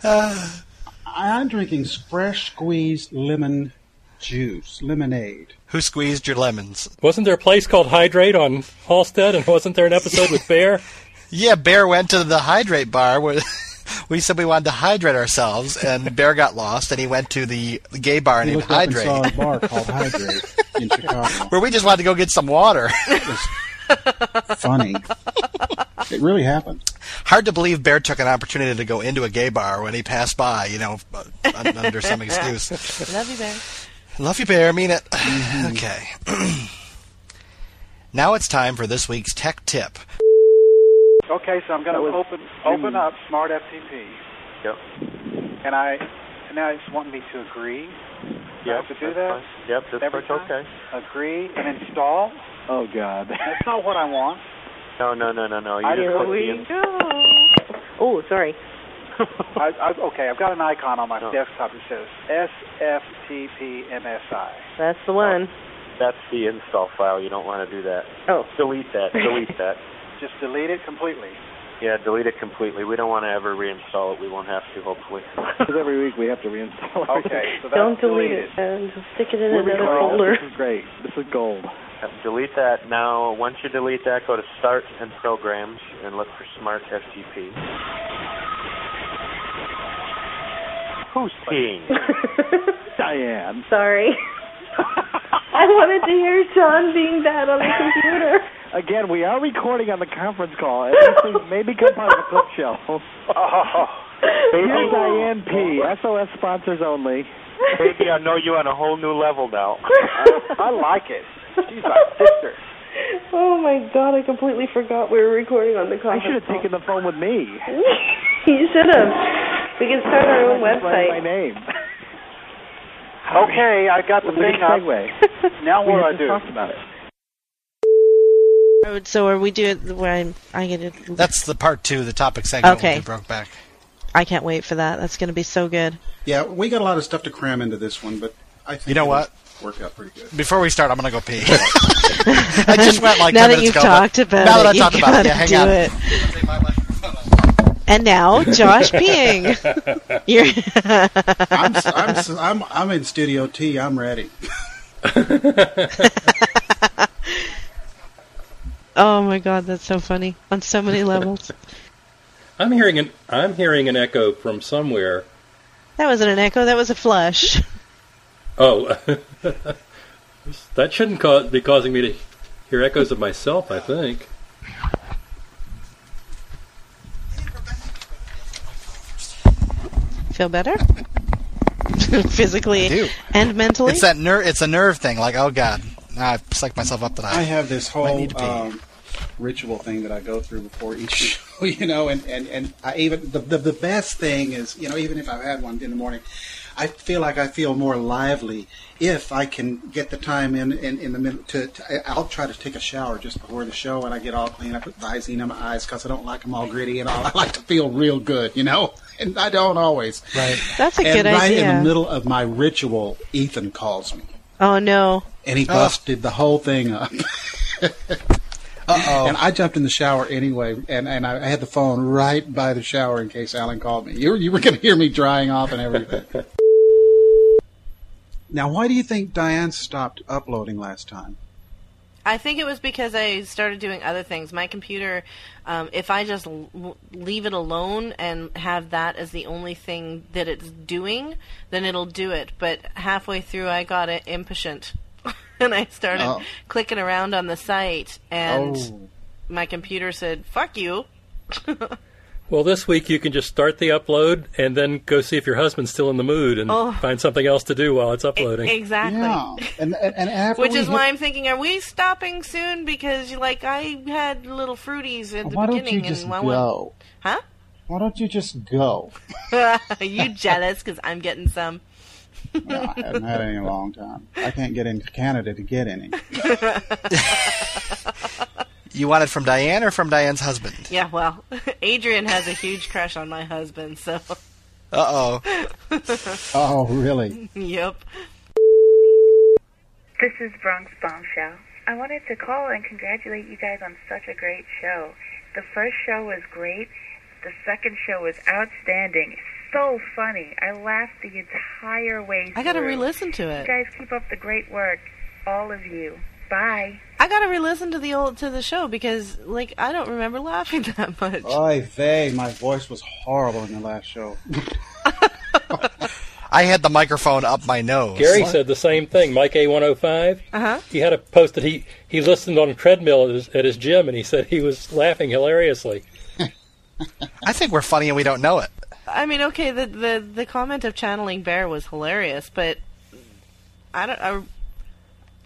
Speaker 2: I- I'm drinking fresh squeezed lemon juice, lemonade.
Speaker 3: Who squeezed your lemons?
Speaker 5: Wasn't there a place called Hydrate on Halstead, and wasn't there an episode with Bear?
Speaker 3: Yeah, Bear went to the hydrate bar where, (laughs) we said we wanted to hydrate ourselves,
Speaker 2: (laughs)
Speaker 3: and Bear got lost, and he went to the the gay bar
Speaker 2: He
Speaker 3: named
Speaker 2: looked up and saw
Speaker 3: Hydrate,
Speaker 2: a bar called Hydrate in Chicago.
Speaker 3: (laughs) where we just wanted to go get some water. (laughs)
Speaker 2: Funny. It really happened.
Speaker 3: Hard to believe Bear took an opportunity to go into a gay bar when he passed by, you know, (laughs) un-
Speaker 2: (laughs)
Speaker 3: under some excuse.
Speaker 4: Love you, Bear.
Speaker 3: Love you, Bear. Mean it. (sighs) okay. (clears throat) now it's time for this week's tech tip.
Speaker 7: Okay, so I'm going to open open up Smart FTP.
Speaker 8: Yep.
Speaker 7: And I and now I just want me to agree. Do I
Speaker 8: Yep.
Speaker 7: have to do
Speaker 8: that's
Speaker 7: that.
Speaker 8: fine. Yep, that's
Speaker 7: Every
Speaker 8: much
Speaker 7: time?
Speaker 8: okay.
Speaker 7: Agree and install. Oh
Speaker 9: (laughs)
Speaker 7: God, that's not what I want.
Speaker 8: No, no, no, no, no. You
Speaker 7: I
Speaker 8: just
Speaker 7: didn't
Speaker 8: click the
Speaker 7: believe-
Speaker 8: in-
Speaker 4: Go. Oh, sorry.
Speaker 7: I, I, okay, I've got an icon on my
Speaker 8: No.
Speaker 7: desktop that says SFTPMSI.
Speaker 4: That's the one.
Speaker 8: That's the install file. You don't want to do that.
Speaker 4: Oh.
Speaker 8: Delete that. Delete that.
Speaker 7: Just delete it completely.
Speaker 8: Yeah, delete it completely. We don't want to ever reinstall it. We won't have to, hopefully. (laughs)
Speaker 9: every week we have to reinstall
Speaker 7: Okay, so that's
Speaker 10: Don't delete
Speaker 7: deleted.
Speaker 10: it. Uh, just stick it in
Speaker 7: Where we
Speaker 10: another
Speaker 9: (laughs)
Speaker 7: go.
Speaker 10: folder.
Speaker 9: This is great. This is gold.
Speaker 8: delete that. Now, once you delete that, go to Start and Programs and look for Smart FTP. Who's peeing?
Speaker 9: Diane.
Speaker 10: Sorry. I wanted to hear John being bad on the computer.
Speaker 9: Again, we are recording on the conference call. And this thing may become part of the clip show. Here's Diane P. SOS sponsors only.
Speaker 8: Baby, I know you on a whole new level now.
Speaker 7: I like it. She's my sister.
Speaker 10: Oh my god, I completely forgot we were recording on the
Speaker 9: I should
Speaker 10: conference
Speaker 9: have taken the phone with me.
Speaker 10: call. (laughs) you should have. We can start our own
Speaker 9: Just write My
Speaker 10: website.
Speaker 9: name.
Speaker 7: Okay, I got the
Speaker 9: What a
Speaker 7: thing up.
Speaker 9: segue.
Speaker 7: Now
Speaker 9: We
Speaker 7: what do I
Speaker 9: had just
Speaker 7: do?
Speaker 9: talked about it.
Speaker 10: So are we doing where I'm I get to
Speaker 3: That's the part two, the topic segment
Speaker 10: Okay.
Speaker 3: we broke back.
Speaker 10: I can't wait for that. That's gonna be so good.
Speaker 2: Yeah, we got a lot of stuff to cram into this one, but I think
Speaker 3: You know
Speaker 2: it'll
Speaker 3: what?
Speaker 2: work out pretty good.
Speaker 3: Before we start, I'm gonna
Speaker 10: (laughs)
Speaker 3: go pee. (laughs) I just went like
Speaker 10: now
Speaker 3: 10
Speaker 10: that
Speaker 3: minutes
Speaker 10: you've
Speaker 3: ago, but-
Speaker 10: talked about
Speaker 3: now
Speaker 10: it,
Speaker 3: that I
Speaker 10: you
Speaker 3: talked about
Speaker 10: gotta
Speaker 3: it, yeah, hang
Speaker 10: do
Speaker 3: on.
Speaker 10: it. And now Josh
Speaker 3: (laughs)
Speaker 10: peeing. You're (laughs)
Speaker 2: I'm, s- I'm, s- I'm, I'm in Studio T. I'm ready.
Speaker 10: Oh my god, that's so funny on so many levels.
Speaker 5: (laughs) I'm hearing an I'm hearing an echo from somewhere.
Speaker 10: That wasn't an echo. That was a flush.
Speaker 5: Oh, (laughs) that shouldn't cause, be causing me to hear echoes of myself. I think.
Speaker 10: Feel better? (laughs) Physically
Speaker 3: I do.
Speaker 10: and mentally.
Speaker 3: It's that nerve. It's a nerve thing. Like, oh god, now I psyched myself up
Speaker 2: I
Speaker 3: tonight.
Speaker 2: have this
Speaker 3: Might
Speaker 2: whole
Speaker 3: need to pee.
Speaker 2: um, ritual thing that I go through before each (laughs) show, you know, and, and, and I even the, the the best thing is, you know, even if I've had one in the morning, I feel like I feel more lively if I can get the time in in, in the middle to, to. I- I'll try to take a shower just before the show, and I get all clean. I put Visine on my eyes because I don't like them all gritty and all. I like to feel real good, you know, and I don't always. Right.
Speaker 10: That's a
Speaker 2: and
Speaker 10: good
Speaker 2: right
Speaker 10: idea.
Speaker 2: in the middle of my ritual, Ethan calls me,
Speaker 10: oh no.
Speaker 2: and he busted the whole thing (laughs) up.
Speaker 3: Uh oh.
Speaker 2: And I jumped in the shower anyway, and, and I had the phone right by the shower in case Alan called me. You were, you were going to hear me drying off and everything. (laughs) now, why do you think Diane stopped uploading last time?
Speaker 4: I think it was because I started doing other things. My computer, um, if I just l- leave it alone and have that as the only thing that it's doing, then it'll do it. But halfway through, I got it impatient, (laughs) and I started
Speaker 2: Oh.
Speaker 4: clicking around on the site, and my computer said, "Fuck you." (laughs)
Speaker 5: Well, this week you can just start the upload and then go see if your husband's still in the mood and
Speaker 4: Oh.
Speaker 5: find something else to do while it's uploading.
Speaker 4: Exactly.
Speaker 2: yeah, and and, and after
Speaker 4: Which
Speaker 2: we
Speaker 4: is
Speaker 2: hit-
Speaker 4: why I'm thinking, are we stopping soon? Because like I had little fruities at the
Speaker 2: why don't
Speaker 4: beginning,
Speaker 2: you just
Speaker 4: and I went,
Speaker 2: go?
Speaker 4: huh?
Speaker 2: Why don't you just
Speaker 4: (laughs)
Speaker 2: go?
Speaker 4: Are you jealous? Because I'm getting some.
Speaker 2: Well, I haven't had any in a long time. I can't get into Canada to get any.
Speaker 3: You want it from Diane or from Diane's husband?
Speaker 4: Yeah, well, (laughs) Adrian has a huge crush on my husband, so (laughs)
Speaker 3: Uh oh.
Speaker 2: Oh, really?
Speaker 4: yep.
Speaker 10: (laughs) This is Bronx Bombshell. I wanted to call and congratulate you guys on such a great show. The first show was great. The second show was outstanding. So funny. I laughed the entire way
Speaker 4: I gotta re-listen to it.
Speaker 10: guys keep up the great work, all of you. Bye.
Speaker 4: I gotta re-listen to the old to the show because like I don't remember laughing (laughs) that much.
Speaker 2: Oy vey, my voice was horrible in the last show.
Speaker 3: I had the microphone up my nose.
Speaker 5: Gary said the same thing. Mike A105.
Speaker 4: Uh-huh.
Speaker 5: He had a post that he he listened on a treadmill at his, at his gym, and he said he was laughing hilariously.
Speaker 3: I think we're funny and we don't know it.
Speaker 4: I mean, okay, the the the comment of channeling bear was hilarious, but I don't. I,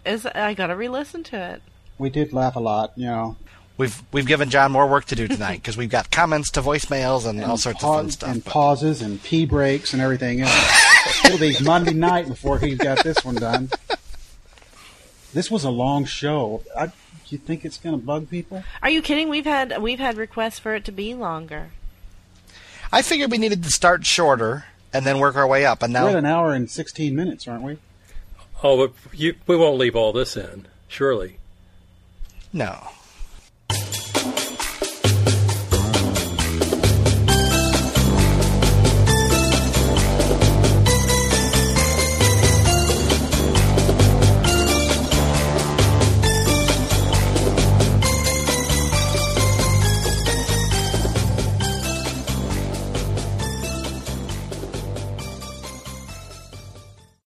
Speaker 4: is I gotta re-listen to it.
Speaker 2: we did laugh a lot, you know.
Speaker 3: We've we've given John more work to do tonight because we've got comments to voicemails and, all sorts of fun
Speaker 2: Pause-
Speaker 3: stuff.
Speaker 2: and pauses and pee breaks and everything
Speaker 3: (laughs)
Speaker 2: else. It'll be Monday night before he's got this one done. This was a long show. I, do you think it's going to bug people?
Speaker 4: Are you kidding? We've had we've had requests for it to be longer.
Speaker 3: I figured we needed to start shorter and then work our way up. And now
Speaker 2: We're at an hour and 16 minutes, aren't we?
Speaker 5: Oh, but you, we won't leave all this in, surely.
Speaker 3: no,